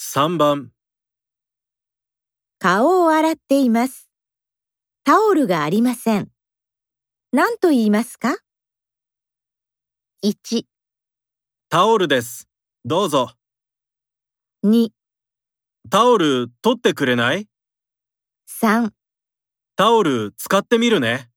3番、顔を洗っています。タオルがありません。何と言いますか ?1、タオルです。どうぞ。 2、タオル取ってくれない3タオル使ってみるね。